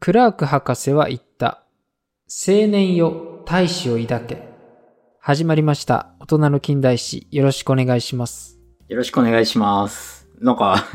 クラーク博士は言った。青年よ、大志を抱け。始まりました。大人の近代史、よろしくお願いします。よろしくお願いします。なんか、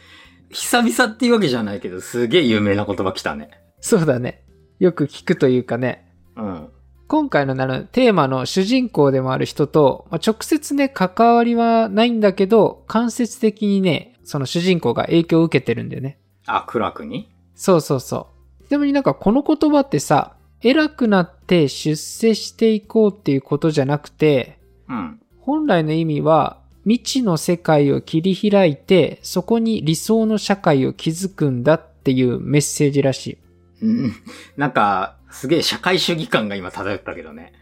久々っていうわけじゃないけど、すげえ有名な言葉来たね。そうだね。よく聞くというかね。うん。今回のなるテーマの主人公でもある人と、まあ直接ね、関わりはないんだけど、間接的にね、その主人公が影響を受けてるんだよね。あ、クラークにそうそうそう。ちなみになんかこの言葉ってさ、偉くなって出世していこうっていうことじゃなくて、うん。本来の意味は未知の世界を切り開いてそこに理想の社会を築くんだっていうメッセージらしい。うんなんか、すげえ社会主義感が今漂ったけどね。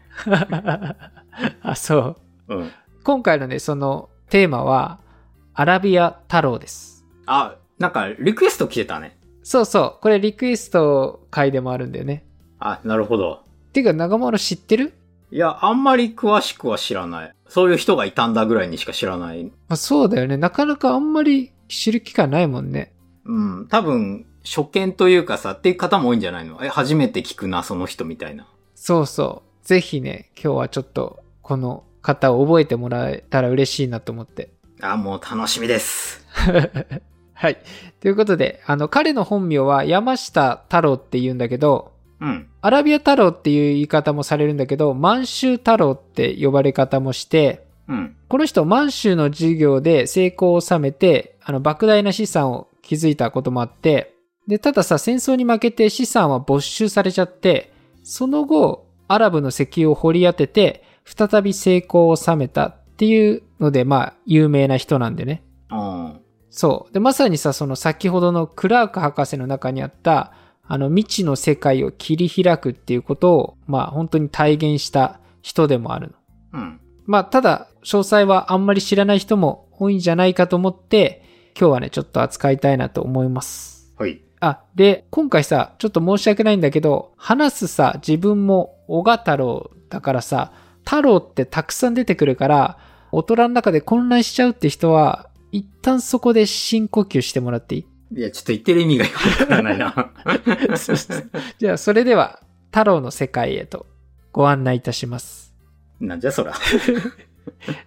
あ、そう。うん。今回のね、そのテーマはアラビア太郎です。あ、なんか、リクエスト来てたね。そうそう。これリクエスト回でもあるんだよね。あ、なるほど。てか、長丸知ってるいや、あんまり詳しくは知らない。そういう人がいたんだぐらいにしか知らない。まあ、そうだよね。なかなかあんまり知る機会ないもんね。うん。多分、初見というかさ、っていう方も多いんじゃないのえ、初めて聞くな、その人みたいな。そうそう。ぜひね、今日はちょっとこの方を覚えてもらえたら嬉しいなと思って。あ、もう楽しみです。はい。ということで、あの、彼の本名は山下太郎って言うんだけど、うん。アラビア太郎っていう言い方もされるんだけど、満州太郎って呼ばれ方もして、うん。この人、満州の事業で成功を収めて、あの、莫大な資産を築いたこともあって、で、たださ、戦争に負けて資産は没収されちゃって、その後、アラブの石油を掘り当てて、再び成功を収めたっていうので、まあ、有名な人なんでね。うん。そう。で、まさにさ、その先ほどのクラーク博士の中にあった、あの、未知の世界を切り開くっていうことを、まあ、本当に体現した人でもあるの。うん。まあ、ただ、詳細はあんまり知らない人も多いんじゃないかと思って、今日はね、ちょっと扱いたいなと思います。はい。あ、で、今回さ、ちょっと申し訳ないんだけど、話すさ、自分も小賀太郎だからさ、太郎ってたくさん出てくるから、大人の中で混乱しちゃうって人は、一旦そこで深呼吸してもらっていいいや、ちょっと言ってる意味がよくわからない な。そうそうじゃあ、それでは、太郎の世界へとご案内いたします。なんじゃそら。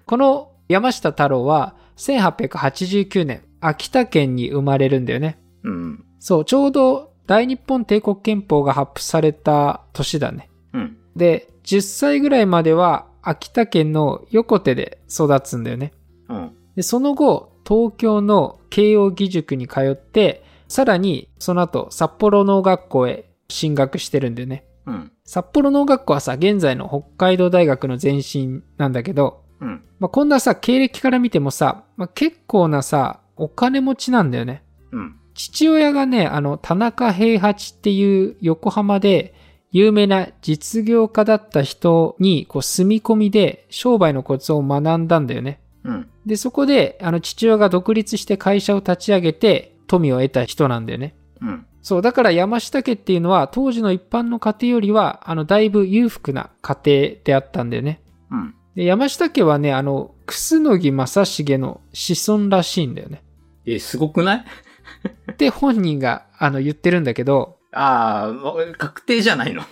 この山下太郎は1889年秋田県に生まれるんだよね。うん。そう、ちょうど大日本帝国憲法が発布された年だね。うん。で、10歳ぐらいまでは秋田県の横手で育つんだよね。うん。で、その後、東京の慶応義塾に通って、さらにその後札幌農学校へ進学してるんだよね。うん。札幌農学校はさ、現在の北海道大学の前身なんだけど、うん。まあ、こんなさ、経歴から見てもさ、まあ、結構なさ、お金持ちなんだよね。うん。父親がね、あの、田中平八っていう横浜で有名な実業家だった人に、こう、住み込みで商売のコツを学んだんだよね。うん。で、そこで、あの、父親が独立して会社を立ち上げて、富を得た人なんだよね。うん。そう、だから山下家っていうのは、当時の一般の家庭よりは、あの、だいぶ裕福な家庭であったんだよね。うん。で山下家はね、あの、楠木正成の子孫らしいんだよね。え、すごくないって本人があの言ってるんだけど、ああ、わ確定じゃないの。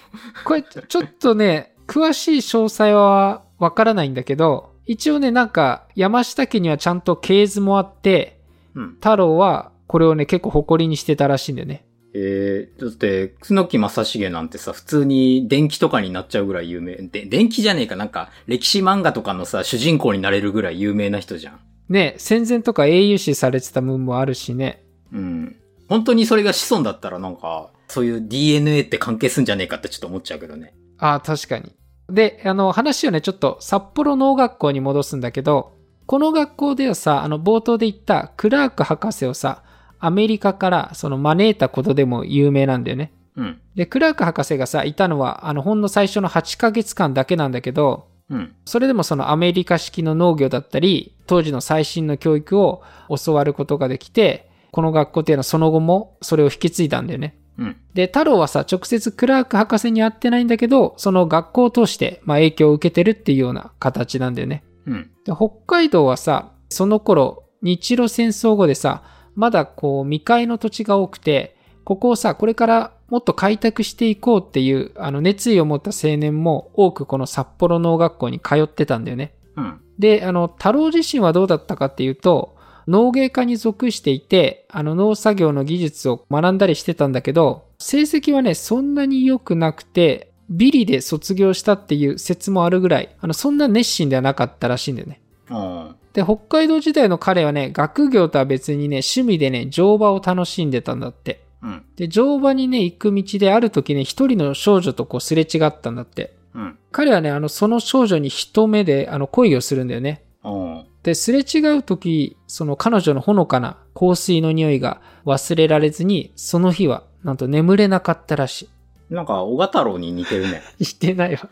これちょっとね、詳しい詳細はわからないんだけど、一応ね、なんか山下家にはちゃんと系図もあって、うん。太郎はこれをね、結構誇りにしてたらしいんだよね。えー、だって、楠木正成なんてさ、普通に電気とかになっちゃうぐらい有名。で、電気じゃねえか、なんか、歴史漫画とかのさ、主人公になれるぐらい有名な人じゃん。ね、戦前とか英雄視されてた分もあるしね。うん。本当にそれが子孫だったらなんか、そういう DNA って関係すんじゃねえかってちょっと思っちゃうけどね。ああ、確かに。で、あの、話をね、ちょっと札幌農学校に戻すんだけど、この学校ではさ、あの、冒頭で言ったクラーク博士をさ、アメリカからその招いたことでも有名なんだよね。うん。で、クラーク博士がさ、いたのは、あの、ほんの最初の8ヶ月間だけなんだけど、うん。それでもそのアメリカ式の農業だったり、当時の最新の教育を教わることができて、この学校っていうのはその後もそれを引き継いだんだよね。うん。で、太郎はさ、直接クラーク博士に会ってないんだけど、その学校を通して、まあ、影響を受けてるっていうような形なんだよね。うん。で、北海道はさ、その頃、日露戦争後でさ、まだこう、未開の土地が多くて、ここをさ、これからもっと開拓していこうっていう、あの、熱意を持った青年も多くこの札幌農学校に通ってたんだよね。うん。で、あの、太郎自身はどうだったかっていうと、農芸家に属していて、あの、農作業の技術を学んだりしてたんだけど、成績はね、そんなに良くなくて、ビリで卒業したっていう説もあるぐらい、あの、そんな熱心ではなかったらしいんだよね。うん。で、北海道時代の彼はね、学業とは別にね、趣味でね、乗馬を楽しんでたんだって。うん。で、乗馬にね、行く道である時ね、一人の少女とこうすれ違ったんだって。うん。彼はね、あの、その少女に一目で、あの、恋をするんだよね。うん。で、すれ違う時、その彼女のほのかな香水の匂いが忘れられずに、その日は、なんと眠れなかったらしなんか、小太郎に似てるね。い。してないわ。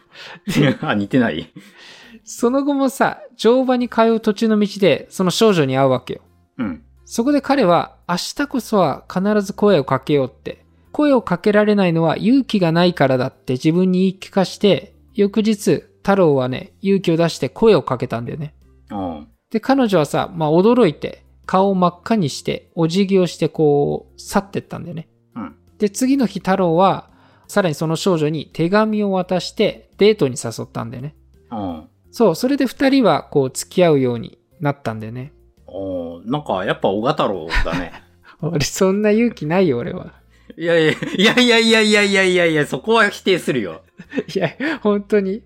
あ、似てないその後もさ、乗馬に通う途中の道で、その少女に会うわけよ。うん。そこで彼は明日こそは必ず声をかけようって。声をかけられないのは勇気がないからだって自分に言い聞かして、翌日、太郎はね、勇気を出して声をかけたんだよね。うん。で、彼女はさ、まあ驚いて、顔を真っ赤にして、お辞儀をしてこう、去ってったんだよね。うん。で、次の日太郎は、さらにその少女に手紙を渡して、デートに誘ったんだよね。うん。そう、それで二人はこう、付き合うようになったんだよね。うん。なんか、やっぱ小太郎だね。俺、そんな勇気ないよ、俺は。いやいや、いやいやいやいやいやいやいや、そこは否定するよ。いや、本当に。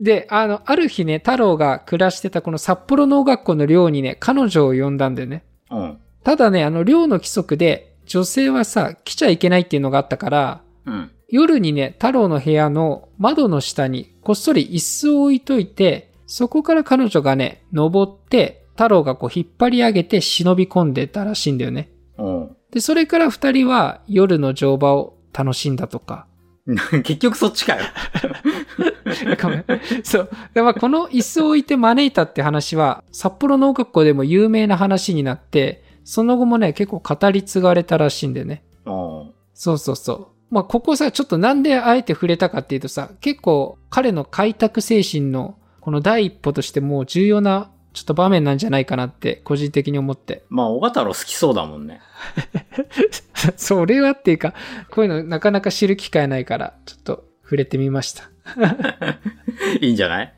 で、あの、ある日ね、太郎が暮らしてたこの札幌農学校の寮にね、彼女を呼んだんだよね。うん。ただね、あの、寮の規則で、女性はさ、来ちゃいけないっていうのがあったから、うん。夜にね、太郎の部屋の窓の下に、こっそり椅子を置いといて、そこから彼女がね、登って、太郎がこう引っ張り上げて忍び込んでたらしいんだよね。うん。で、それから二人は夜の乗馬を楽しんだとか、結局そっちかよ。ごめんそう。で、まあ、この椅子を置いて招いたって話は、札幌農学校でも有名な話になって、その後もね、結構語り継がれたらしいんでね。うん。そうそうそう。まあ、ここさ、ちょっとなんであえて触れたかっていうとさ、結構彼の開拓精神のこの第一歩としてもう重要なちょっと場面なんじゃないかなって個人的に思って。 まあ、小太郎好きそうだもんね。それはっていうか、こういうのなかなか知る機会ないから、ちょっと触れてみました。いいんじゃない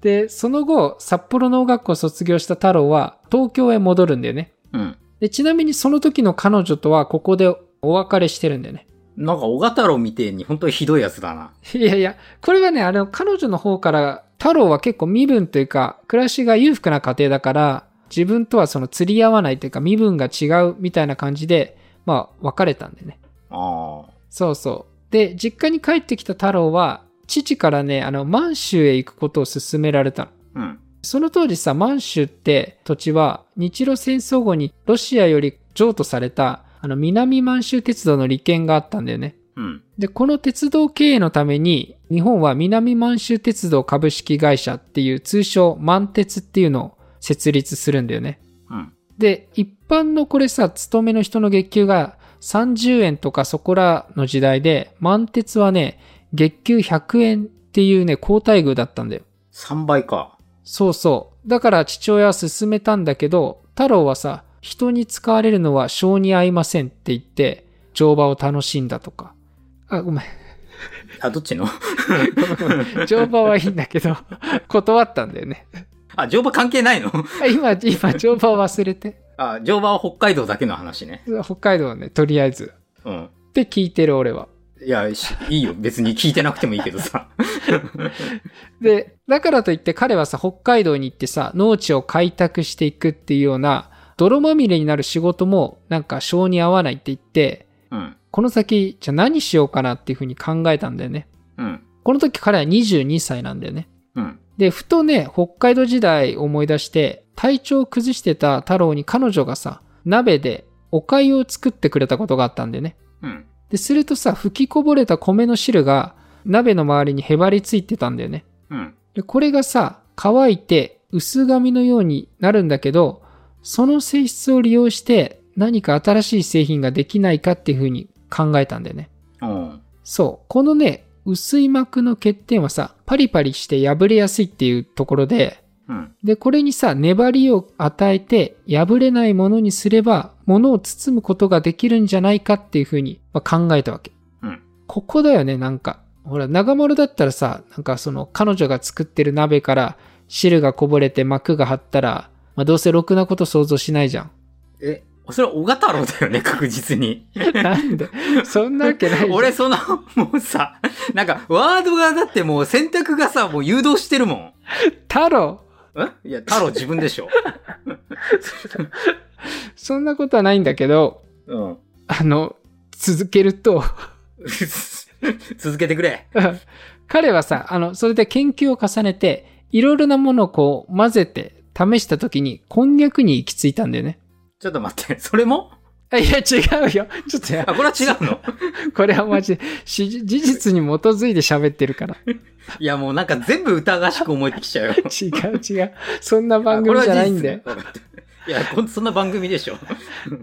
で、その後、札幌農学校を卒業した太郎は東京へ戻るんだよね。うん。で、ちなみにその時の彼女とはここでお別れしてるんだよね。 なんか、小太郎みてえに本当にひどいやつだな。いやいや、これはね、あの、彼女の方から、太郎は結構身分というか、暮らしが裕福な家庭だから、自分とはその釣り合わないというか、身分が違うみたいな感じで、まあ、別れたんだよね。あそうそう。で、実家に帰ってきた太郎は、父からね、あの、満州へ行くことを勧められたの。あ。うん。その当時さ、満州って土地は日露戦争後にロシアより譲渡されたあの南満州鉄道の利権があったんだよね。うん。で、この鉄道経営のために日本は南満州鉄道株式会社っていう通称満鉄っていうのを設立するんだよね。うん。で、一般のこれさ、勤めの人の月給が30円とかそこらの時代で、満鉄はね、月給100円っていうね、高待遇だったんだよ。 3倍か。そうそう。だから父親は勧めたんだけど、太郎はさ、人に使われるのは性に合いませんって言って、乗馬を楽しんだとか。あ、ごめん。あ、どっちの 乗馬はいいんだ けど、 断ったんだよね。あ、乗馬関係ないの あ今、今、乗馬を忘れて。あ、乗馬は北海道だけの話ね。北海道ね、とりあえず。うん。って聞いてる俺は。いや、しいいよ。別に聞いてなくてもいいけどさ。 で、だからといって彼はさ、北海道に行ってさ、農地を開拓していくっていうような、泥まみれになる仕事も、なんか性に合わないって言って、うん。この先、じゃあ何しようかなっていうふうに考えたんだよね。うん。この時彼は22歳なんだよね。うん。で、ふとね、北海道時代思い出して、体調を崩してた太郎に彼女がさ、鍋でお粥を作ってくれたことがあったんだよね。うん。で、するとさ、吹きこぼれた米の汁が鍋の周りにへばりついてたんだよね。うん。で、これがさ、乾いて薄紙のようになるんだけど、その性質を利用して何か新しい製品ができないかっていうふうに考えたんだよね。うん。そう。このね、薄い膜の欠点はさ、パリパリして破れやすいっていうところで、うん。で、これにさ、粘りを与えて破れないものにすれば、ものを包むことができるんじゃないかっていうふうに、まあ考えたわけ。ここだよね、なんか。ほら、長丸だったらさ、なんかその、彼女が作ってる鍋から、汁がこぼれて膜が張ったら、まあ、どうせろくなこと想像しない じゃん。え、それは小型太郎だよね、確実に。なんでそんなわけないじゃん。俺、その、もうさ、なんか、ワードがだってもう選択がさ、もう誘導してるもん。太郎えいや、太郎自分で しょ。そんなことはないんだけど、うん。 あの、続けると、 続けてくれ。彼はさ、あの、それで研究を重ねて、いろいろなものをこう混ぜて試したときに、こんにゃくに行き着いたんだよね。 ちょっと待って、それもあいや、違うよ。ちょっとやあ、、これは違うのこれはマジで、し事実に基づいて喋ってる から。いや、もうなんか全部疑わしく思えてきちゃうよ。違う違う。そんな番組じゃないんだよあ。これは事実ねいや、こんそんな番組でしょ。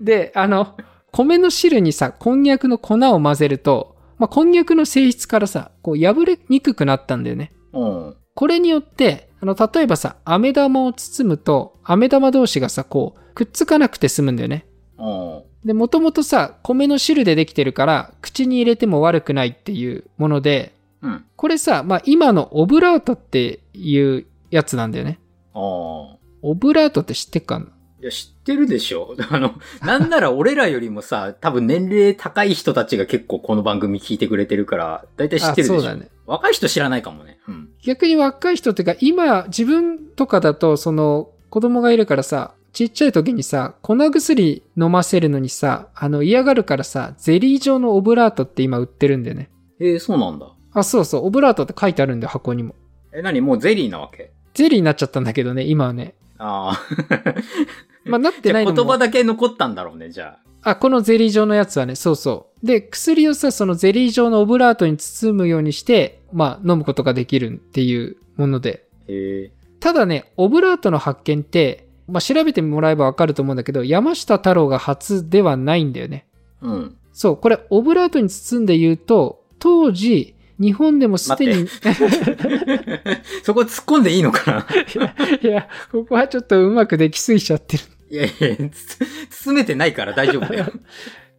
で、あの、米の汁にさ、こんにゃくの粉を混ぜると、まあ、こんにゃくの性質からさ、こう破れにくくなったんだよね。うん。これによって、あの、例えばさ、飴玉を包むと、飴玉同士がさ、こう、くっつかなくて済むんだよね。うん。で、もともとさ、米の汁でできてるから、口に入れても悪くないっていうもので、うん。これさ、まあ、今のオブラートっていうやつなんだよね。ああ。オブラートって知ってっかないや、知ってるでしょ。あの、なんなら俺らよりもさ、多分年齢高い人たちが結構この番組聞いてくれてるから、だいたい知ってるでしょ。あそうだね。若い人知らないかもね。うん。逆に若い人っていうか、今、自分とかだと、その、子供がいるからさ、ちっちゃい時にさ、粉薬飲ませるのにさ、あの、嫌がるからさ、ゼリー状のオブラートって今売ってるんだよね。えー、そうなんだ。あ、そうそう、オブラートって書いてあるんで、箱にも。え、何もうゼリーなわけゼリーになっちゃったんだけどね、今はね。あ まあ、なってあ。ないの言も。葉だけ残ったんだろうね、じゃあ。あ、このゼリー状のやつはね、そうそう。で、薬をさ、そのゼリー状のオブラートに包むようにして、まあ、飲むことができるっていうもので。へえ。ただね、オブラートの発見って、まあ、調べてもらえばわかると思うんだけど、山下太郎が初ではないんだよね。うん。 そう、これ、オブラートに包んで言うと、当時、日本でもすでに、そこ突っ込んでいいのかな いや、ここはちょっとうまくできすぎちゃってる。いやいや、つ包めてないから大丈夫だよ。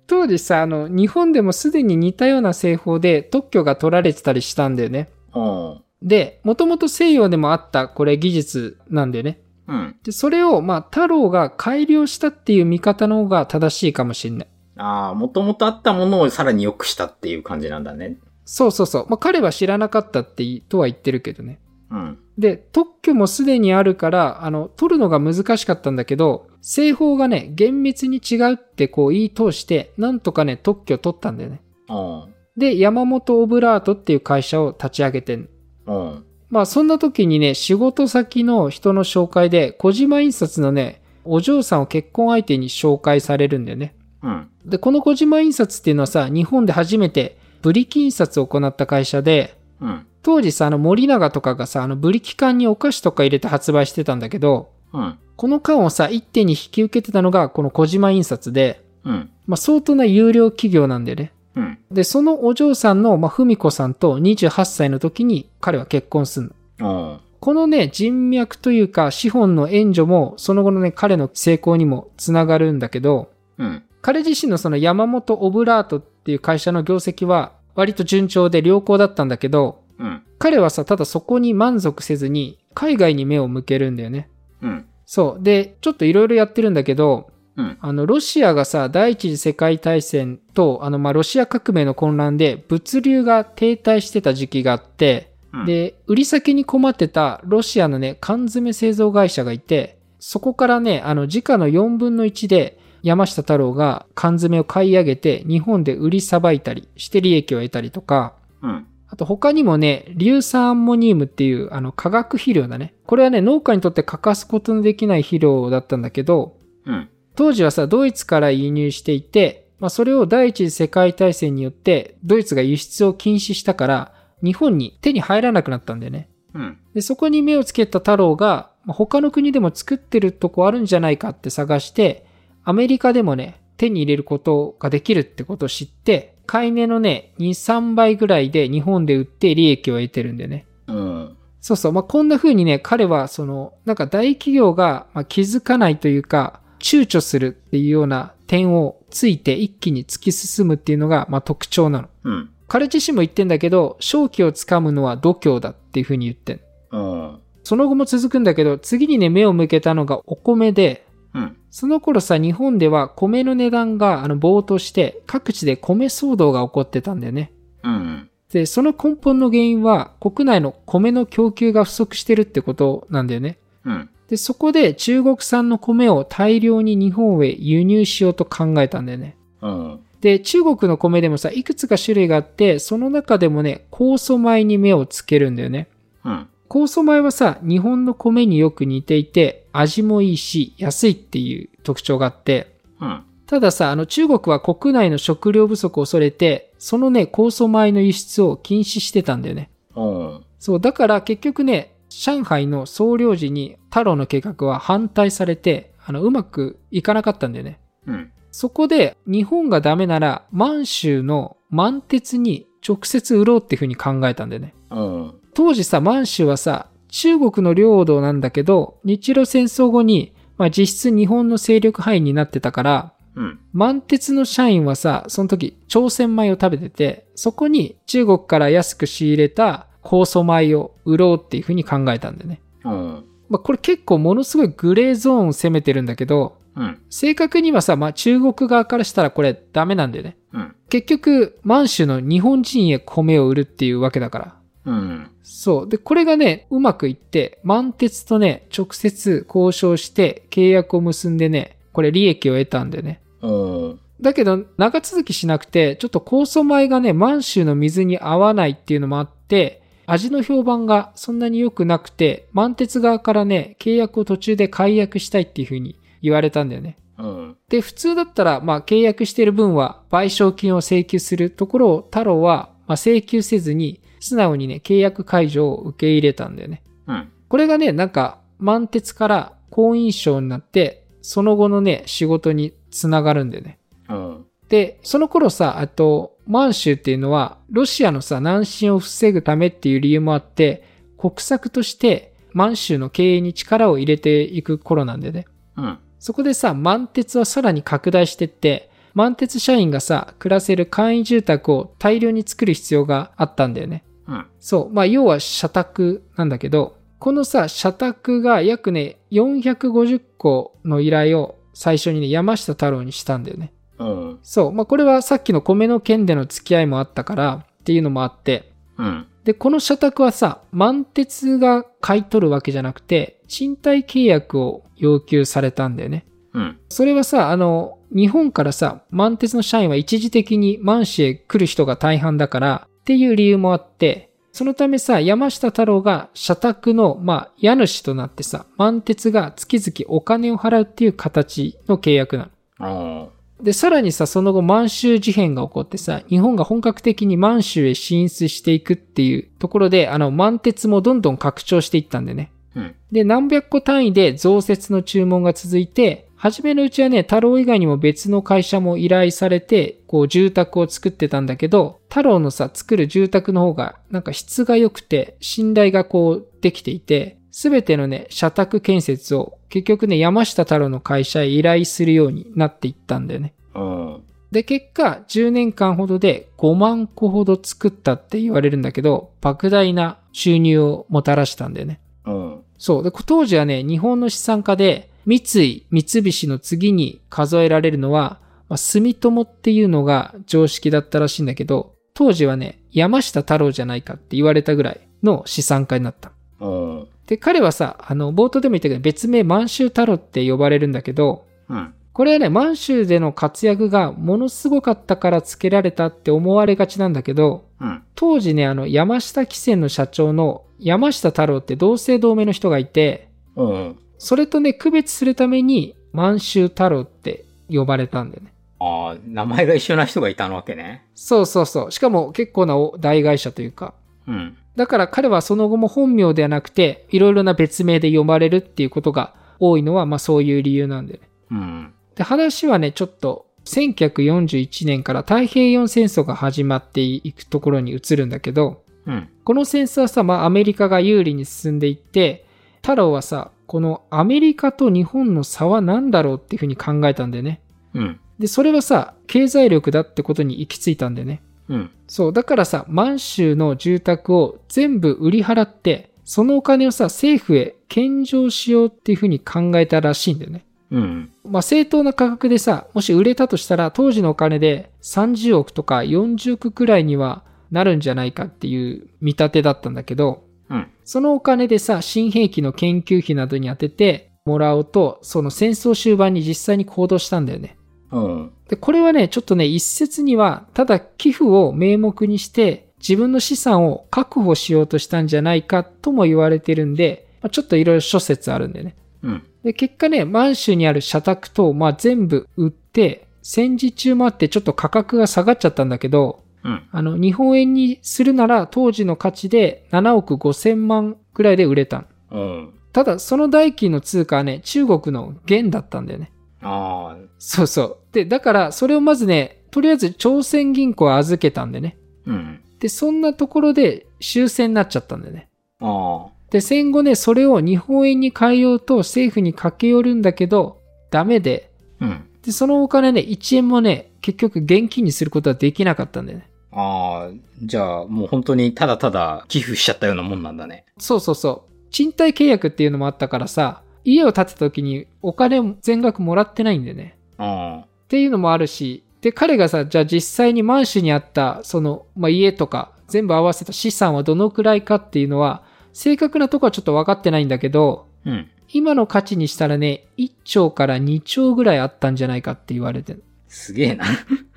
当時さあの日本でもすでに似たような製法で特許が取られてたりしたんだよねうん。でもともと西洋でもあったこれ技術なんだよねうん。でそれをまあ太郎が改良したっていう見方の方が正しいかもしれないああ、もともとあったものをさらに良くしたっていう感じなんだね。そうそうそう、まあ、彼は知らなかったっていとは言ってるけどねうん。で特許もすでにあるからあの取るのが難しかったんだけど製法がね厳密に違うってこう言い通してなんとかね特許取ったんだよねうん。で山本オブラートっていう会社を立ち上げてんうん。まあそんな時にね、仕事先の人の紹介で、小島印刷のね、お嬢さんを結婚相手に紹介されるんだよね。うん。で、この小島印刷っていうのはさ、日本で初めてブリキ印刷を行った会社で、うん。当時さ、あの森永とかがさ、あのブリキ缶にお菓子とか入れて発売してたんだけど、うん。この缶をさ、一手に引き受けてたのがこの小島印刷で、うん。まあ相当な有料企業なんだよね。うん。で、そのお嬢さんの、まあ、文子さんと28歳の時に彼は結婚するの。うん。このね、人脈というか資本の援助も、その後のね、彼の成功にもつながるんだけど、うん。彼自身のその山本オブラートっていう会社の業績は、割と順調で良好だったんだけど、うん。彼はさ、ただそこに満足せずに、海外に目を向けるんだよね。うん。そう。で、ちょっといろいろやってるんだけど、うんあの、ロシアがさ、第一次世界大戦と、あの、まあ、ロシア革命の混乱で、物流が停滞してた時期があって、うん。で、売り先に困ってたロシアのね、缶詰製造会社がいて、そこからね、あの、時価の4分の1で、山下太郎が缶詰を買い上げて、日本で売りさばいたりして利益を得たりとか、うん。あと他にもね、硫酸アンモニウムっていう、あの、化学肥料だね。これはね、農家にとって欠かすことのできない肥料だったんだけど、うん。当時はさ、ドイツから輸入していて、まあ、それを第一次世界大戦によって、ドイツが輸出を禁止したから、日本に手に入らなくなったんだよね。うん。で、そこに目をつけた太郎が、まあ他の国でも作ってるとこあるんじゃないかって探して、アメリカでもね、手に入れることができるってことを知って、買い値のね、2、3倍ぐらいで日本で売って利益を得てるんでね。うん。そうそう。まあ、こんな風にね、彼は、その、なんか大企業がまあ気づかないというか、躊躇するっていうような点をついて一気に突き進むっていうのが、まあ、特徴なの。うん。彼自身も言ってんだけど、勝機をつかむのは度胸だっていうふうに言ってん。うん。その後も続くんだけど、次にね、目を向けたのがお米で、うん。その頃さ、日本では米の値段があの暴騰して、各地で米騒動が起こってたんだよね。うん。で、その根本の原因は、国内の米の供給が不足してるってことなんだよね。うん。で、そこで中国産の米を大量に日本へ輸入しようと考えたんだよね。うん。で、中国の米でもさ、いくつか種類があって、その中でもね、酵素米に目をつけるんだよね。うん。酵素米はさ、日本の米によく似ていて、味もいいし、安いっていう特徴があって、うん。たださ、あの中国は国内の食料不足を恐れて、そのね、酵素米の輸出を禁止してたんだよね。うん。そう、だから結局ね、上海の総領事に太郎の計画は反対されて、あの、うまくいかなかったんだよね。うん。そこで日本がダメなら満州の満鉄に直接売ろうっていうふうに考えたんだよね。うん。当時さ、満州はさ、中国の領土なんだけど、日露戦争後に、まあ、実質日本の勢力範囲になってたから、うん。満鉄の社員はさ、その時、朝鮮米を食べてて、そこに中国から安く仕入れた酵素米を売ろうっていうふうに考えたんだよね。うん。まあ、これ結構ものすごいグレーゾーンを攻めてるんだけど、うん。正確にはさ、まあ、中国側からしたらこれダメなんだよね。うん。結局、満州の日本人へ米を売るっていうわけだから。うん。そう。で、これがね、うまくいって、満鉄とね、直接交渉して契約を結んでね、これ利益を得たんだよね。うん。だけど、長続きしなくて、ちょっと酵素米がね、満州の水に合わないっていうのもあって、味の評判がそんなに良くなくて、満鉄側からね、契約を途中で解約したいっていうふうに言われたんだよね。うん。で、普通だったら、まあ、契約してる分は賠償金を請求するところを太郎は、まあ、請求せずに、素直にね、契約解除を受け入れたんだよね。うん。これがね、なんか、満鉄から好印象になって、その後のね、仕事につながるんだよね。うん。で、その頃さ、あと、満州っていうのは、ロシアのさ、南進を防ぐためっていう理由もあって、国策として満州の経営に力を入れていく頃なんだよね。うん。そこでさ、満鉄はさらに拡大してって、満鉄社員がさ、暮らせる簡易住宅を大量に作る必要があったんだよね。うん。そう。まあ、要は社宅なんだけど、このさ、社宅が約ね、450個の依頼を最初にね、山下太郎にしたんだよね。うん。そう。まあ、これはさっきの米の件での付き合いもあったからっていうのもあって、うん。で、この社宅はさ、満鉄が買い取るわけじゃなくて、賃貸契約を要求されたんだよね。うん。それはさ、あの、日本からさ、満鉄の社員は一時的に満州へ来る人が大半だからっていう理由もあって、そのためさ、山下太郎が社宅の、まあ、家主となってさ、満鉄が月々お金を払うっていう形の契約なの。うん。で、さらにさ、その後満州事変が起こってさ、日本が本格的に満州へ進出していくっていうところで、あの、満鉄もどんどん拡張していったんでね。うん。で、何百個単位で増設の注文が続いて、初めのうちはね、太郎以外にも別の会社も依頼されて、こう住宅を作ってたんだけど、太郎のさ、作る住宅の方が、なんか質が良くて、信頼がこうできていて、すべてのね、社宅建設を結局ね、山下太郎の会社へ依頼するようになっていったんだよね。うん。で、結果、10年間ほどで5万個ほど作ったって言われるんだけど、莫大な収入をもたらしたんだよね。うん。そう。で、当時はね、日本の資産家で、三井、三菱の次に数えられるのは、まあ、住友っていうのが常識だったらしいんだけど、当時はね、山下太郎じゃないかって言われたぐらいの資産家になった。うん。で、彼はさ、あの、冒頭でも言ったけど、別名満州太郎って呼ばれるんだけど、うん。これはね、満州での活躍がものすごかったから付けられたって思われがちなんだけど、うん。当時ね、あの、山下汽船の社長の山下太郎って同姓同名の人がいて、うん。それとね、区別するために、満州太郎って呼ばれたんだよね。ああ、名前が一緒な人がいたわけね。そうそうそう。しかも結構な大会社というか。うん。だから彼はその後も本名ではなくて、いろいろな別名で呼ばれるっていうことが多いのは、まあそういう理由なんだよね。うん。で、話はね、ちょっと、1941年から太平洋戦争が始まっていくところに移るんだけど、うん。この戦争はさ、まあ、アメリカが有利に進んでいって、太郎はさ、このアメリカと日本の差は何だろうっていうふうに考えたんだよね。うん。で、それはさ、経済力だってことに行き着いたんだよね。うん。そう、だからさ、満州の住宅を全部売り払って、そのお金をさ、政府へ献上しようっていうふうに考えたらしいんだよね。うん。まあ、正当な価格でさ、もし売れたとしたら、当時のお金で30億とか40億くらいにはなるんじゃないかっていう見立てだったんだけど、うん。そのお金でさ、新兵器の研究費などに当ててもらおうと、その戦争終盤に実際に行動したんだよね。うん。で、これはね、ちょっとね、一説には、ただ寄付を名目にして、自分の資産を確保しようとしたんじゃないかとも言われてるんで、まあちょっといろいろ諸説あるんだよね。うん。で、結果ね、満州にある社宅等、まあ、全部売って、戦時中もあってちょっと価格が下がっちゃったんだけど、うん。あの、日本円にするなら当時の価値で7億5千万くらいで売れたの。うん。ただ、その代金の通貨はね、中国の元だったんだよね。ああ、そうそう。で、だから、それをまずね、とりあえず朝鮮銀行は預けたんでね。うん。で、そんなところで終戦になっちゃったんだよね。あで、戦後ね、それを日本円に変えようと政府に駆け寄るんだけど、ダメで、あ、うん。で、そのお金ね、1円もね、結局現金にすることはできなかったんだよね。ああ、じゃあ、もう本当にただただ寄付しちゃったようなもんなんだね。そうそうそう。賃貸契約っていうのもあったからさ、家を建てた時にお金を全額もらってないんだよね。あっていうのもあるし、で、彼がさ、じゃあ実際に満州にあった、その、まあ、家とか、全部合わせた資産はどのくらいかっていうのは、正確なとこはちょっと分かってないんだけど、あ、うん。今の価値にしたらね、1兆から2兆ぐらいあったんじゃないかって言われてる。すげえな。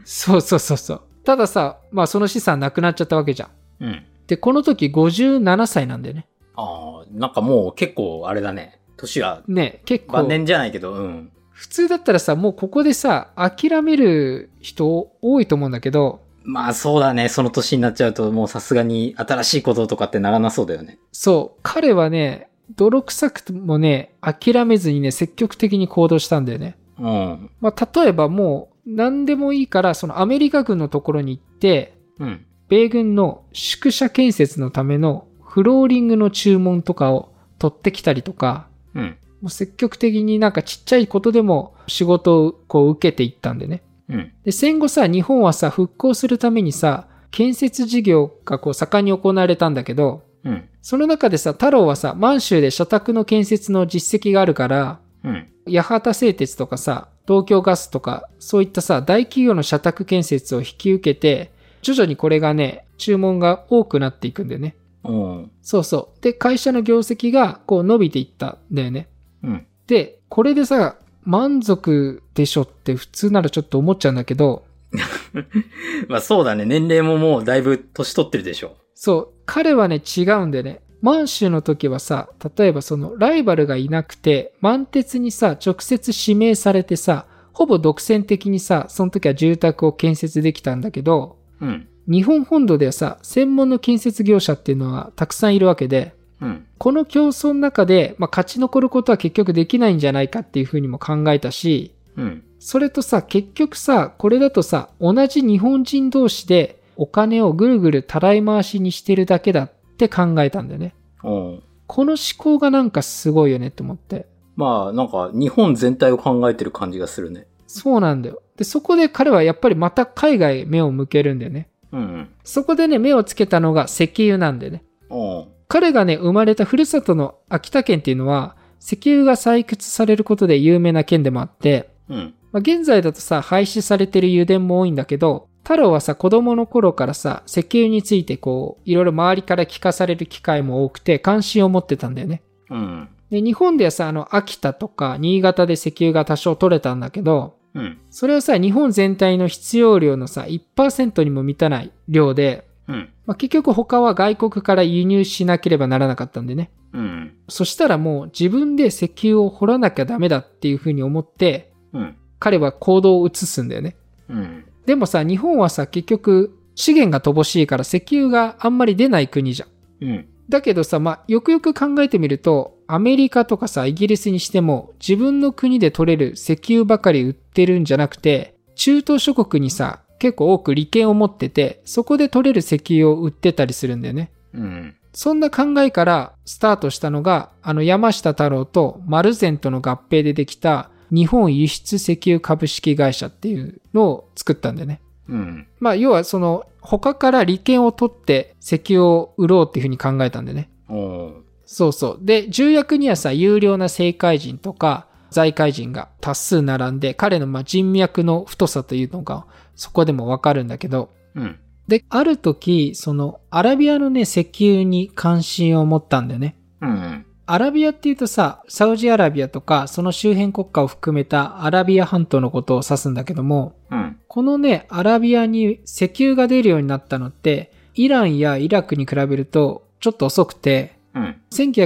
そうそうそうそう。たださ、まあその資産なくなっちゃったわけじゃん。うん。で、この時57歳なんだよね。ああ、なんかもう結構あれだね。年はね、結晩構。年じゃないけど、うん。普通だったらさ、もうここでさ、諦める人多いと思うんだけど、まあそうだね。その年になっちゃうともうさすがに新しいこととかってならなそうだよね。そう、彼はね、泥臭くもね、諦めずにね、積極的に行動したんだよね。うん。まあ、例えばもう、何でもいいから、そのアメリカ軍のところに行って、うん。米軍の宿舎建設のためのフローリングの注文とかを取ってきたりとか、うん。もう積極的になんかちっちゃいことでも仕事をこう受けていったんでね。うん。で、戦後さ、日本はさ、復興するためにさ、建設事業がこう盛んに行われたんだけど、うん。その中でさ、太郎はさ、満州で社宅の建設の実績があるから、うん。八幡製鉄とかさ、東京ガスとか、そういったさ、大企業の社宅建設を引き受けて、徐々にこれがね、注文が多くなっていくんだよね。うん。そうそう。で、会社の業績がこう伸びていったんだよね。うん。で、これでさ、満足でしょって普通ならちょっと思っちゃうんだけど、まあそうだね。年齢ももうだいぶ年取ってるでしょ。そう、彼はね、違うんでね。満州の時はさ、例えばそのライバルがいなくて、満鉄にさ、直接指名されてさ、ほぼ独占的にさ、その時は住宅を建設できたんだけど、うん。日本本土ではさ、専門の建設業者っていうのはたくさんいるわけで、うん。この競争の中で、まあ、勝ち残ることは結局できないんじゃないかっていうふうにも考えたし、うん。それとさ、結局さ、これだとさ、同じ日本人同士でお金をぐるぐるたらい回しにしてるだけだって考えたんだよね。うん。この思考がなんかすごいよねって思って。まあなんか日本全体を考えてる感じがするね。そうなんだよ。で、そこで彼はやっぱりまた海外へ目を向けるんだよね。うん。そこでね、目をつけたのが石油なんだよね。うん。彼がね、生まれたふるさとの秋田県っていうのは、石油が採掘されることで有名な県でもあって、うん。まあ、現在だとさ、廃止されてる油田も多いんだけど、太郎はさ、子供の頃からさ、石油についてこう、いろいろ周りから聞かされる機会も多くて、関心を持ってたんだよね。うん。で、日本ではさ、あの、秋田とか新潟で石油が多少取れたんだけど、うん。それはさ、日本全体の必要量のさ、1%にも満たない量で、うん。まあ、結局他は外国から輸入しなければならなかったんでね。うん。そしたらもう自分で石油を掘らなきゃダメだっていうふうに思って、うん。彼は行動を移すんだよね。うん。でもさ、日本はさ、結局、資源が乏しいから石油があんまり出ない国じゃん。うん。だけどさ、まあ、よくよく考えてみると、アメリカとかさ、イギリスにしても、自分の国で取れる石油ばかり売ってるんじゃなくて、中東諸国にさ、結構多く利権を持ってて、そこで取れる石油を売ってたりするんだよね。うん。そんな考えからスタートしたのが、あの山下太郎と丸善との合併でできた日本輸出石油株式会社っていうのを作ったんだよね。うん。まあ、要はその、他から利権を取って石油を売ろうっていうふうに考えたんでね。おーそうそう。で、重役にはさ、有料な政界人とか、財界人が多数並んで、彼のまあ人脈の太さというのが、そこでもわかるんだけど、うん。で、ある時、その、アラビアのね、石油に関心を持ったんだよね。うん。アラビアっていうとさ、サウジアラビアとか、その周辺国家を含めたアラビア半島のことを指すんだけども、うん。このね、アラビアに石油が出るようになったのって、イランやイラクに比べるとちょっと遅くて、うん。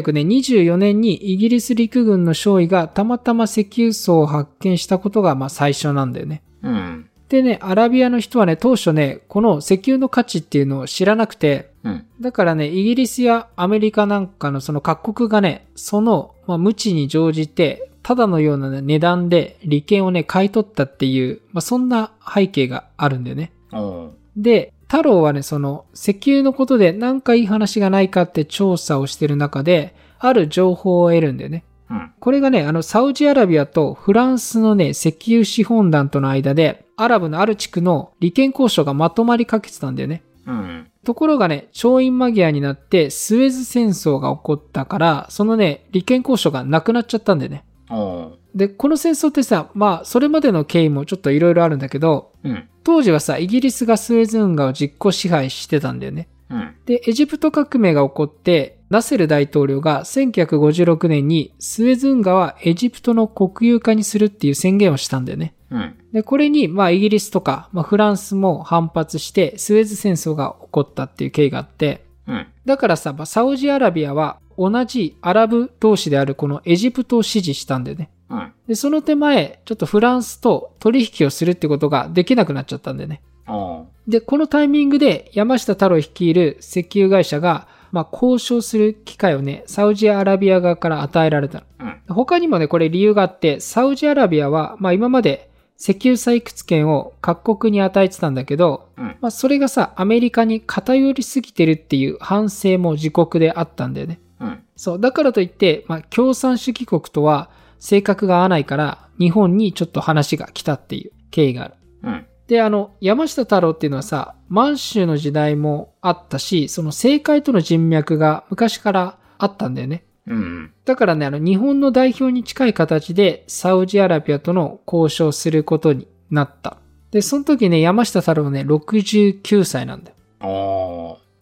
1924年にイギリス陸軍の少尉がたまたま石油層を発見したことがまあ最初なんだよね。うん。でね、アラビアの人はね、当初ね、この石油の価値っていうのを知らなくて、うん。だからね、イギリスやアメリカなんかのその各国がね、その、まあ、無知に乗じて、ただのようなね、値段で利権をね、買い取ったっていう、まあ、そんな背景があるんだよね。おーで、太郎はね、その、石油のことで何かいい話がないかって調査をしてる中で、ある情報を得るんだよね。うん。これがね、あの、サウジアラビアとフランスのね、石油資本団との間で、アラブのある地区の利権交渉がまとまりかけてたんだよね。うん。ところがね、調印間際になってスエズ戦争が起こったから、そのね、利権交渉がなくなっちゃったんだよね。おーで、この戦争ってさ、まあ、それまでの経緯もちょっといろいろあるんだけど、うん。当時はさ、イギリスがスエズ運河を実行支配してたんだよね。うん。で、エジプト革命が起こって、ナセル大統領が1956年にスエズ運河はエジプトの国有化にするっていう宣言をしたんだよね。うん。で、これに、まあ、イギリスとか、まあ、フランスも反発して、スエズ戦争が起こったっていう経緯があって、うん。だからさ、まあサウジアラビアは同じアラブ同士であるこのエジプトを支持したんだよね。うん。で、その手前、ちょっとフランスと取引をするってことができなくなっちゃったんだよね。おーで、このタイミングで山下太郎率いる石油会社が、まあ、交渉する機会をね、サウジアラビア側から与えられたの。うん。他にもね、これ理由があって、サウジアラビアは、まあ今まで石油採掘権を各国に与えてたんだけど、うん。まあそれがさ、アメリカに偏りすぎてるっていう反省も自国であったんだよね。うん。そう、だからといって、まあ共産主義国とは性格が合わないから、日本にちょっと話が来たっていう経緯がある。うん。で、あの、山下太郎っていうのはさ、満州の時代もあったし、その政界との人脈が昔からあったんだよね。うん。だからね、あの、日本の代表に近い形でサウジアラビアとの交渉をすることになった。で、その時ね、山下太郎ね、69歳なんだよ。おー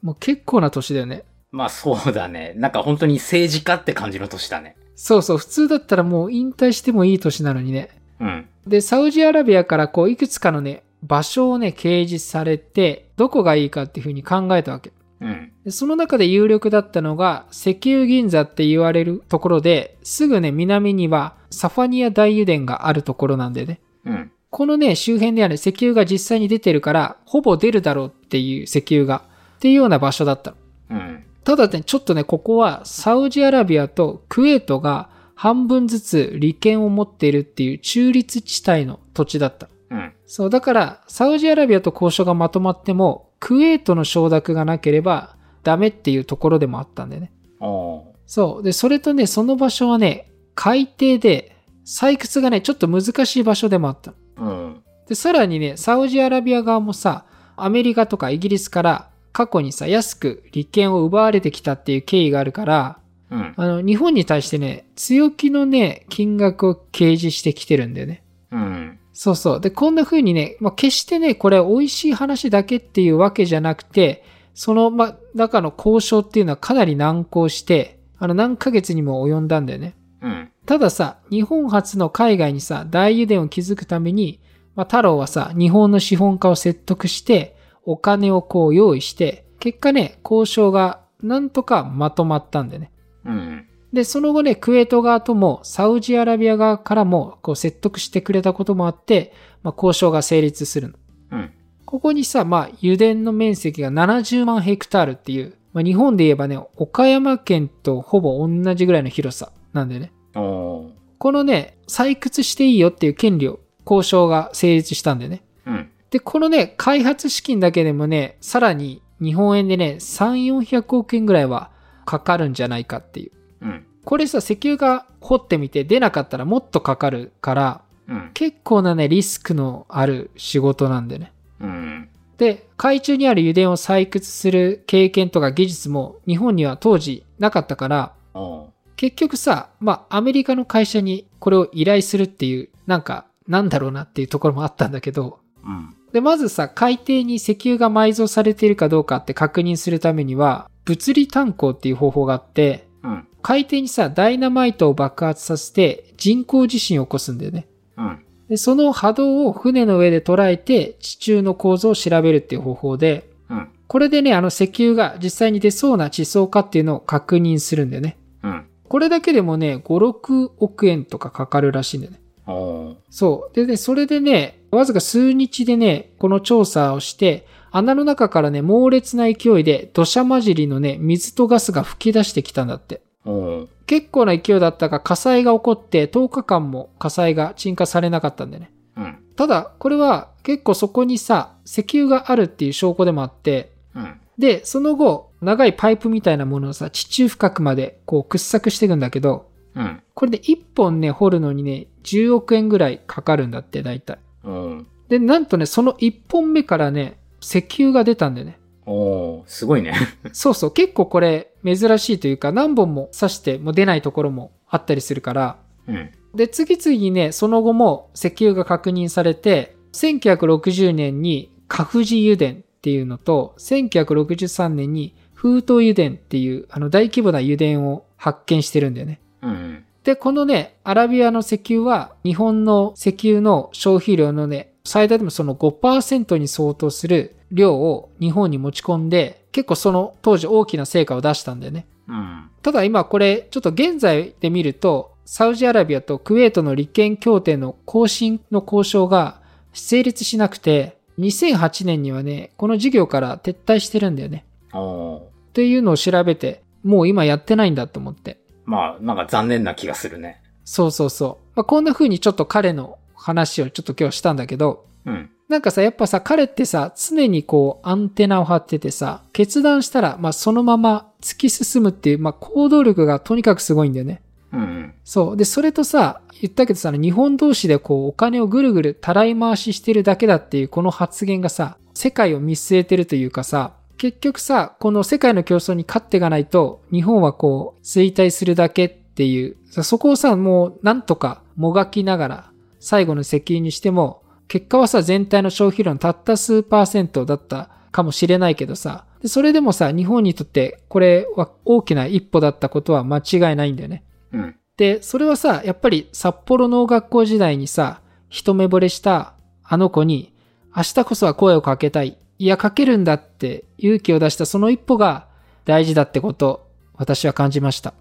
もう結構な年だよね。まあそうだね。なんか本当に政治家って感じの年だね。そうそう、普通だったらもう引退してもいい年なのにね。うん。で、サウジアラビアからこう、いくつかのね、場所をね、掲示されて、どこがいいかっていうふうに考えたわけ。うん。でその中で有力だったのが石油銀座って言われるところで、すぐね、南にはサファニア大油田があるところなんでね。うん。このね、周辺ではね、石油が実際に出てるから、ほぼ出るだろうっていう石油が、っていうような場所だったの。うん。ただね、ちょっとね、ここはサウジアラビアとクウェートが半分ずつ利権を持っているっていう中立地帯の土地だった。うん。そう、だから、サウジアラビアと交渉がまとまっても、クウェートの承諾がなければダメっていうところでもあったんだよね。おーそう。で、それとね、その場所はね、海底で、採掘がね、ちょっと難しい場所でもあったの。うん。で、さらにね、サウジアラビア側もさ、アメリカとかイギリスから過去にさ、安く利権を奪われてきたっていう経緯があるから、うん。あの、日本に対してね、強気のね、金額を掲示してきてるんだよね。うん。そうそう。で、こんな風にね、まあ、決してね、これ美味しい話だけっていうわけじゃなくて、その、まあ、中の交渉っていうのはかなり難航して、あの、何ヶ月にも及んだんだよね。うん。たださ、日本初の海外にさ、大油田を築くために、まあ、太郎はさ、日本の資本家を説得して、お金をこう用意して、結果ね、交渉がなんとかまとまったんだよね。うん。で、その後ね、クウェート側とも、サウジアラビア側からも、こう説得してくれたこともあって、まあ、交渉が成立するの。うん。ここにさ、まあ、油田の面積が70万ヘクタールっていう、まあ、日本で言えばね、岡山県とほぼ同じぐらいの広さなんだよね。おーこのね、採掘していいよっていう権利を、交渉が成立したんだよね。うん。で、このね、開発資金だけでもね、さらに日本円でね、3、400億円ぐらいはかかるんじゃないかっていう。うん。これさ、石油が掘ってみて出なかったらもっとかかるから、うん。結構なね、リスクのある仕事なんでね。うん。で、海中にある油田を採掘する経験とか技術も日本には当時なかったから、うん。結局さ、まあ、アメリカの会社にこれを依頼するっていう、なんか、なんだろうなっていうところもあったんだけど、うん。で、まずさ、海底に石油が埋蔵されているかどうかって確認するためには、物理炭鉱っていう方法があって、うん。海底にさ、ダイナマイトを爆発させて人工地震を起こすんだよね。うん。で、その波動を船の上で捉えて地中の構造を調べるっていう方法で、うん。これでね、あの石油が実際に出そうな地層かっていうのを確認するんだよね。うん。これだけでもね、5、6億円とかかかるらしいんだよね。おーそう。でね、それでね、わずか数日でね、この調査をして、穴の中からね、猛烈な勢いで土砂混じりのね、水とガスが噴き出してきたんだって。おー結構な勢いだったが火災が起こって10日間も火災が鎮火されなかったんだよね。うん。ただ、これは結構そこにさ、石油があるっていう証拠でもあって、うん。で、その後、長いパイプみたいなものをさ、地中深くまでこう掘削していくんだけど、うん。これで1本ね、掘るのにね、10億円ぐらいかかるんだって、大体。おーで、なんとね、その1本目からね、石油が出たんだよね。おーすごいね。そうそう、結構これ珍しいというか、何本も刺しても出ないところもあったりするから、うん。で、次々にね、その後も石油が確認されて、1960年にカフジ油田っていうのと、1963年にフート油田っていう、あの大規模な油田を発見してるんだよね。うん。で、このね、アラビアの石油は、日本の石油の消費量のね、最大でもその5%に相当する量を日本に持ち込んで、結構その当時大きな成果を出したんだよね。うん。ただ今これ、ちょっと現在で見ると、サウジアラビアとクウェートの利権協定の更新の交渉が成立しなくて、2008年にはね、この事業から撤退してるんだよね。おーというのを調べて、もう今やってないんだと思って。まあ、なんか残念な気がするね。そうそうそう。まあ、こんな風にちょっと彼の話をちょっと今日したんだけど、うん。なんかさ、やっぱさ、彼ってさ、常にこう、アンテナを張っててさ、決断したら、まあ、そのまま突き進むっていう、まあ、行動力がとにかくすごいんだよね。うんうん。そう。で、それとさ、言ったけどさ、日本同士でこう、お金をぐるぐるたらい回ししてるだけだっていう、この発言がさ、世界を見据えてるというかさ、結局さ、この世界の競争に勝っていかないと、日本はこう、衰退するだけっていう、さそこをさ、もう、なんとかもがきながら、最後の石油にしても、結果はさ、全体の消費量のたった数パーセントだったかもしれないけどさ、でそれでもさ、日本にとって、これは大きな一歩だったことは間違いないんだよね。うん。で、それはさ、やっぱり札幌農学校時代にさ、一目惚れしたあの子に、明日こそは声をかけたい。いや、かけるんだって勇気を出したその一歩が大事だってこと、私は感じました。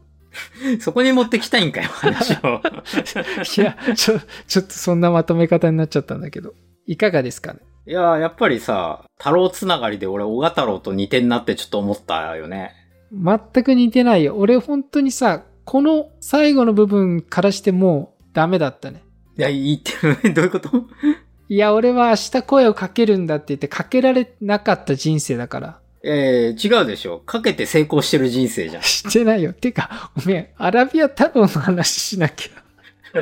そこに持ってきたいんかよ、話を。いや、ちょ、ちょっとそんなまとめ方になっちゃったんだけど、いかがですかねいやー、やっぱりさ、太郎つながりで俺、小賀太郎と似てんなってちょっと思ったよね。全く似てないよ。俺本当にさ、この最後の部分からしてもうダメだったね。いや、言ってる、どういうこといや、俺は明日声をかけるんだって言ってかけられなかった人生だから。えー、違うでしょ。かけて成功してる人生じゃん。してないよ。てか、ごめん、アラビア太郎の話しなきゃ。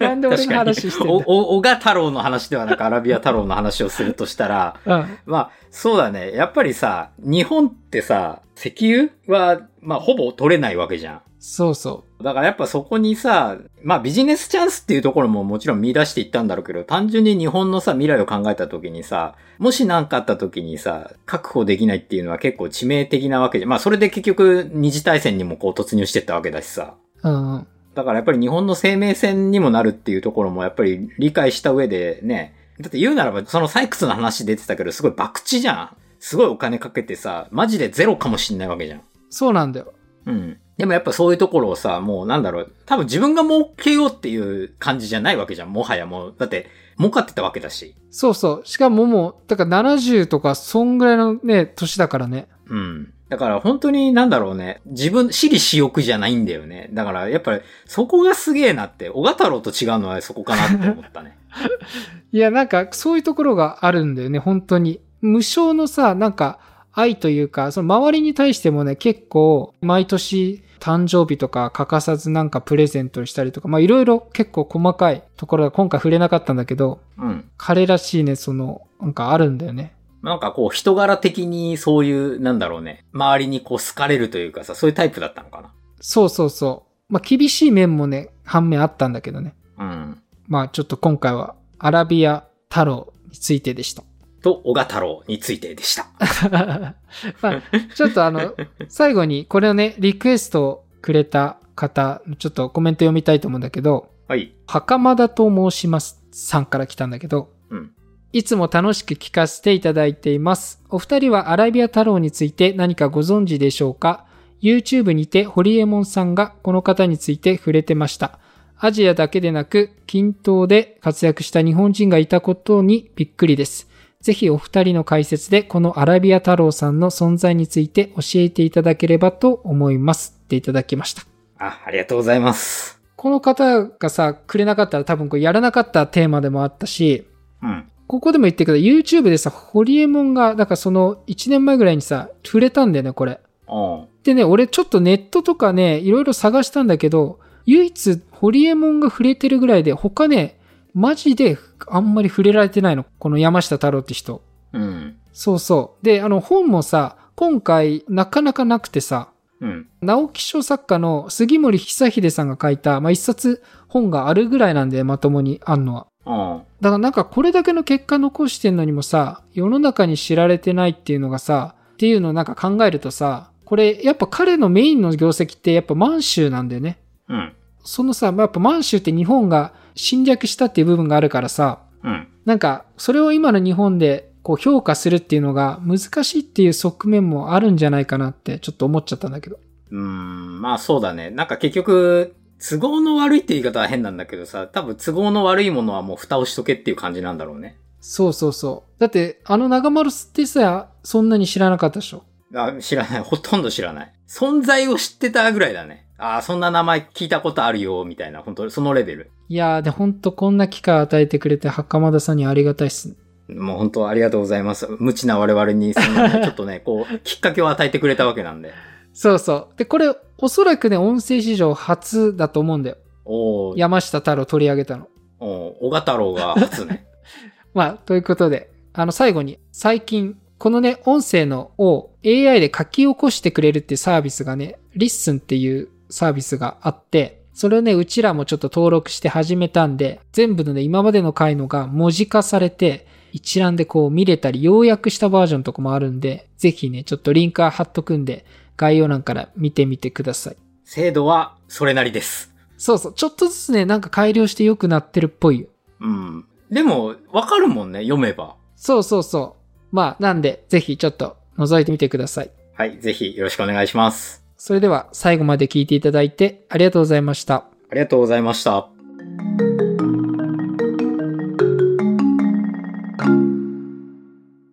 なんで俺の話してんだ確かにお、お、小賀太郎の話ではなく、アラビア太郎の話をするとしたら、うん、まあ、そうだね。やっぱりさ、日本ってさ、石油は、まあ、ほぼ取れないわけじゃん。そうそだからやっぱそこにさ、まあビジネスチャンスっていうところももちろん見出していったんだろうけど、単純に日本のさ、未来を考えた時にさ、もし何かあった時にさ、確保できないっていうのは結構致命的なわけじゃん。まあそれで結局二次大戦にもこう突入してったわけだしさ。う。うんうん、だからやっぱり日本の生命線にもなるっていうところもやっぱり理解した上でね、だって言うならばその採掘の話出てたけど、すごい博打じゃん。すごいお金かけてさ、マジでゼロかもしんないわけじゃん。そうなんだよ。うん。でもやっぱそういうところをさ、もうなんだろう、多分自分が儲けようっていう感じじゃないわけじゃん、もはやもう。だって、儲かってたわけだし。そうそう。しかももう、だから70とか、そんぐらいのね、年だからね。うん。だから本当になんだろうね、自分、私利私欲じゃないんだよね。だからやっぱり、そこがすげえなって、小太郎と違うのはそこかなって思ったね。 いや、なんか、そういうところがあるんだよね、本当に。無償のさ、なんか、愛というか、その周りに対してもね、結構、毎年、誕生日とか欠かさずなんかプレゼントしたりとか、まあいろいろ結構細かいところが今回触れなかったんだけど、うん。彼らしいね、その、なんかあるんだよね。なんかこう人柄的にそういう、なんだろうね、周りにこう好かれるというかさ、そういうタイプだったのかそうそうそう。まあ、厳しい面もね、反面あったんだけどね。な。うん。まあ、ちょっと今回は、アラビア太郎についてでした。 と、小賀太郎についてでした。まあ、ちょっとあの、最後にこれをね、リクエストをくれた方、ちょっとコメント読みたいと思うんだけど、はい。袴田と申しますさんから来たんだけど、うんいつも楽しく聞かせていただいています。お二人はアラビア太郎について何かご存知でしょうか ?YouTube にてホリエモンさんがこの方について触れてました。アジアだけでなく、近東で活躍した日本人がいたことにびっくりです。ぜひお二人の解説でこのアラビア太郎さんの存在について教えていただければと思います。っていただきました。あ、ありがとうございます。この方がさ、くれなかったら多分これやらなかったテーマでもあったし、うん。ここでも言ってくれた YouTube でさ、ホリエモンが、だからその1年前ぐらいにさ、触れたんだよね、これ。うん。でね、俺ちょっとネットとかね、いろいろ探したんだけど、唯一ホリエモンが触れてるぐらいで、他ね、マジであんまり触れられてないの。この山下太郎って人。うん。そうそう。で、あの本もさ、今回なかなかなくてさ、うん。直木賞作家の杉森久秀さんが書いた、まあ、一冊本があるぐらいなんで、まともにあんのは。うん。だからなんかこれだけの結果残してんのにもさ、世の中に知られてないっていうのがさ、っていうのをなんか考えるとさ、これやっぱ彼のメインの業績ってやっぱ満州なんだよね。うん。そのさ、まあやっぱ満州って日本が侵略したっていう部分があるからさ、うん。なんかそれを今の日本でこう評価するっていうのが難しいっていう側面もあるんじゃないかなってちょっと思っちゃったんだけど。うーん、まあそうだね。なんか結局、都合の悪いって言い方は変なんだけどさ、多分都合の悪いものはもう蓋をしとけっていう感じなんだろうね。そうそうそう。だってあの長丸ってさ、そんなに知らなかったでしょ。あ、知らない。ほとんど知らない。存在を知ってたぐらいだね。ああ、そんな名前聞いたことあるよ、みたいな、本当そのレベル。いやーでほんとこんな機会与えてくれて袴田さんにありがたいっすね。もう本当ありがとうございます。無知な我々に、そんなねちょっとね、こう、きっかけを与えてくれたわけなんで。そうそう。で、これ、おそらくね、音声史上初だと思うんだよ。おー、山下太郎取り上げたの。おー、小賀太郎が初ね。まあ、ということで、あの、最後に、最近、このね、音声のを AI で書き起こしてくれるっていうサービスがね、リッスンっていうサービスがあって、それをね、うちらもちょっと登録して始めたんで、全部のね、今までの回のが文字化されて、一覧でこう見れたり、要約したバージョンとかもあるんで、ぜひね、ちょっとリンクは貼っとくんで、概要欄から見てみてください。精度は、それなりです。そうそう。ちょっとずつね、なんか改良して良くなってるっぽいよ。うん。でも、わかるもんね、読めば。そうそうそう。まあ、なんで、ぜひちょっと覗いてみてください。はい、ぜひよろしくお願いします。それでは、最後まで聞いていただいてありがとうございました。ありがとうございました。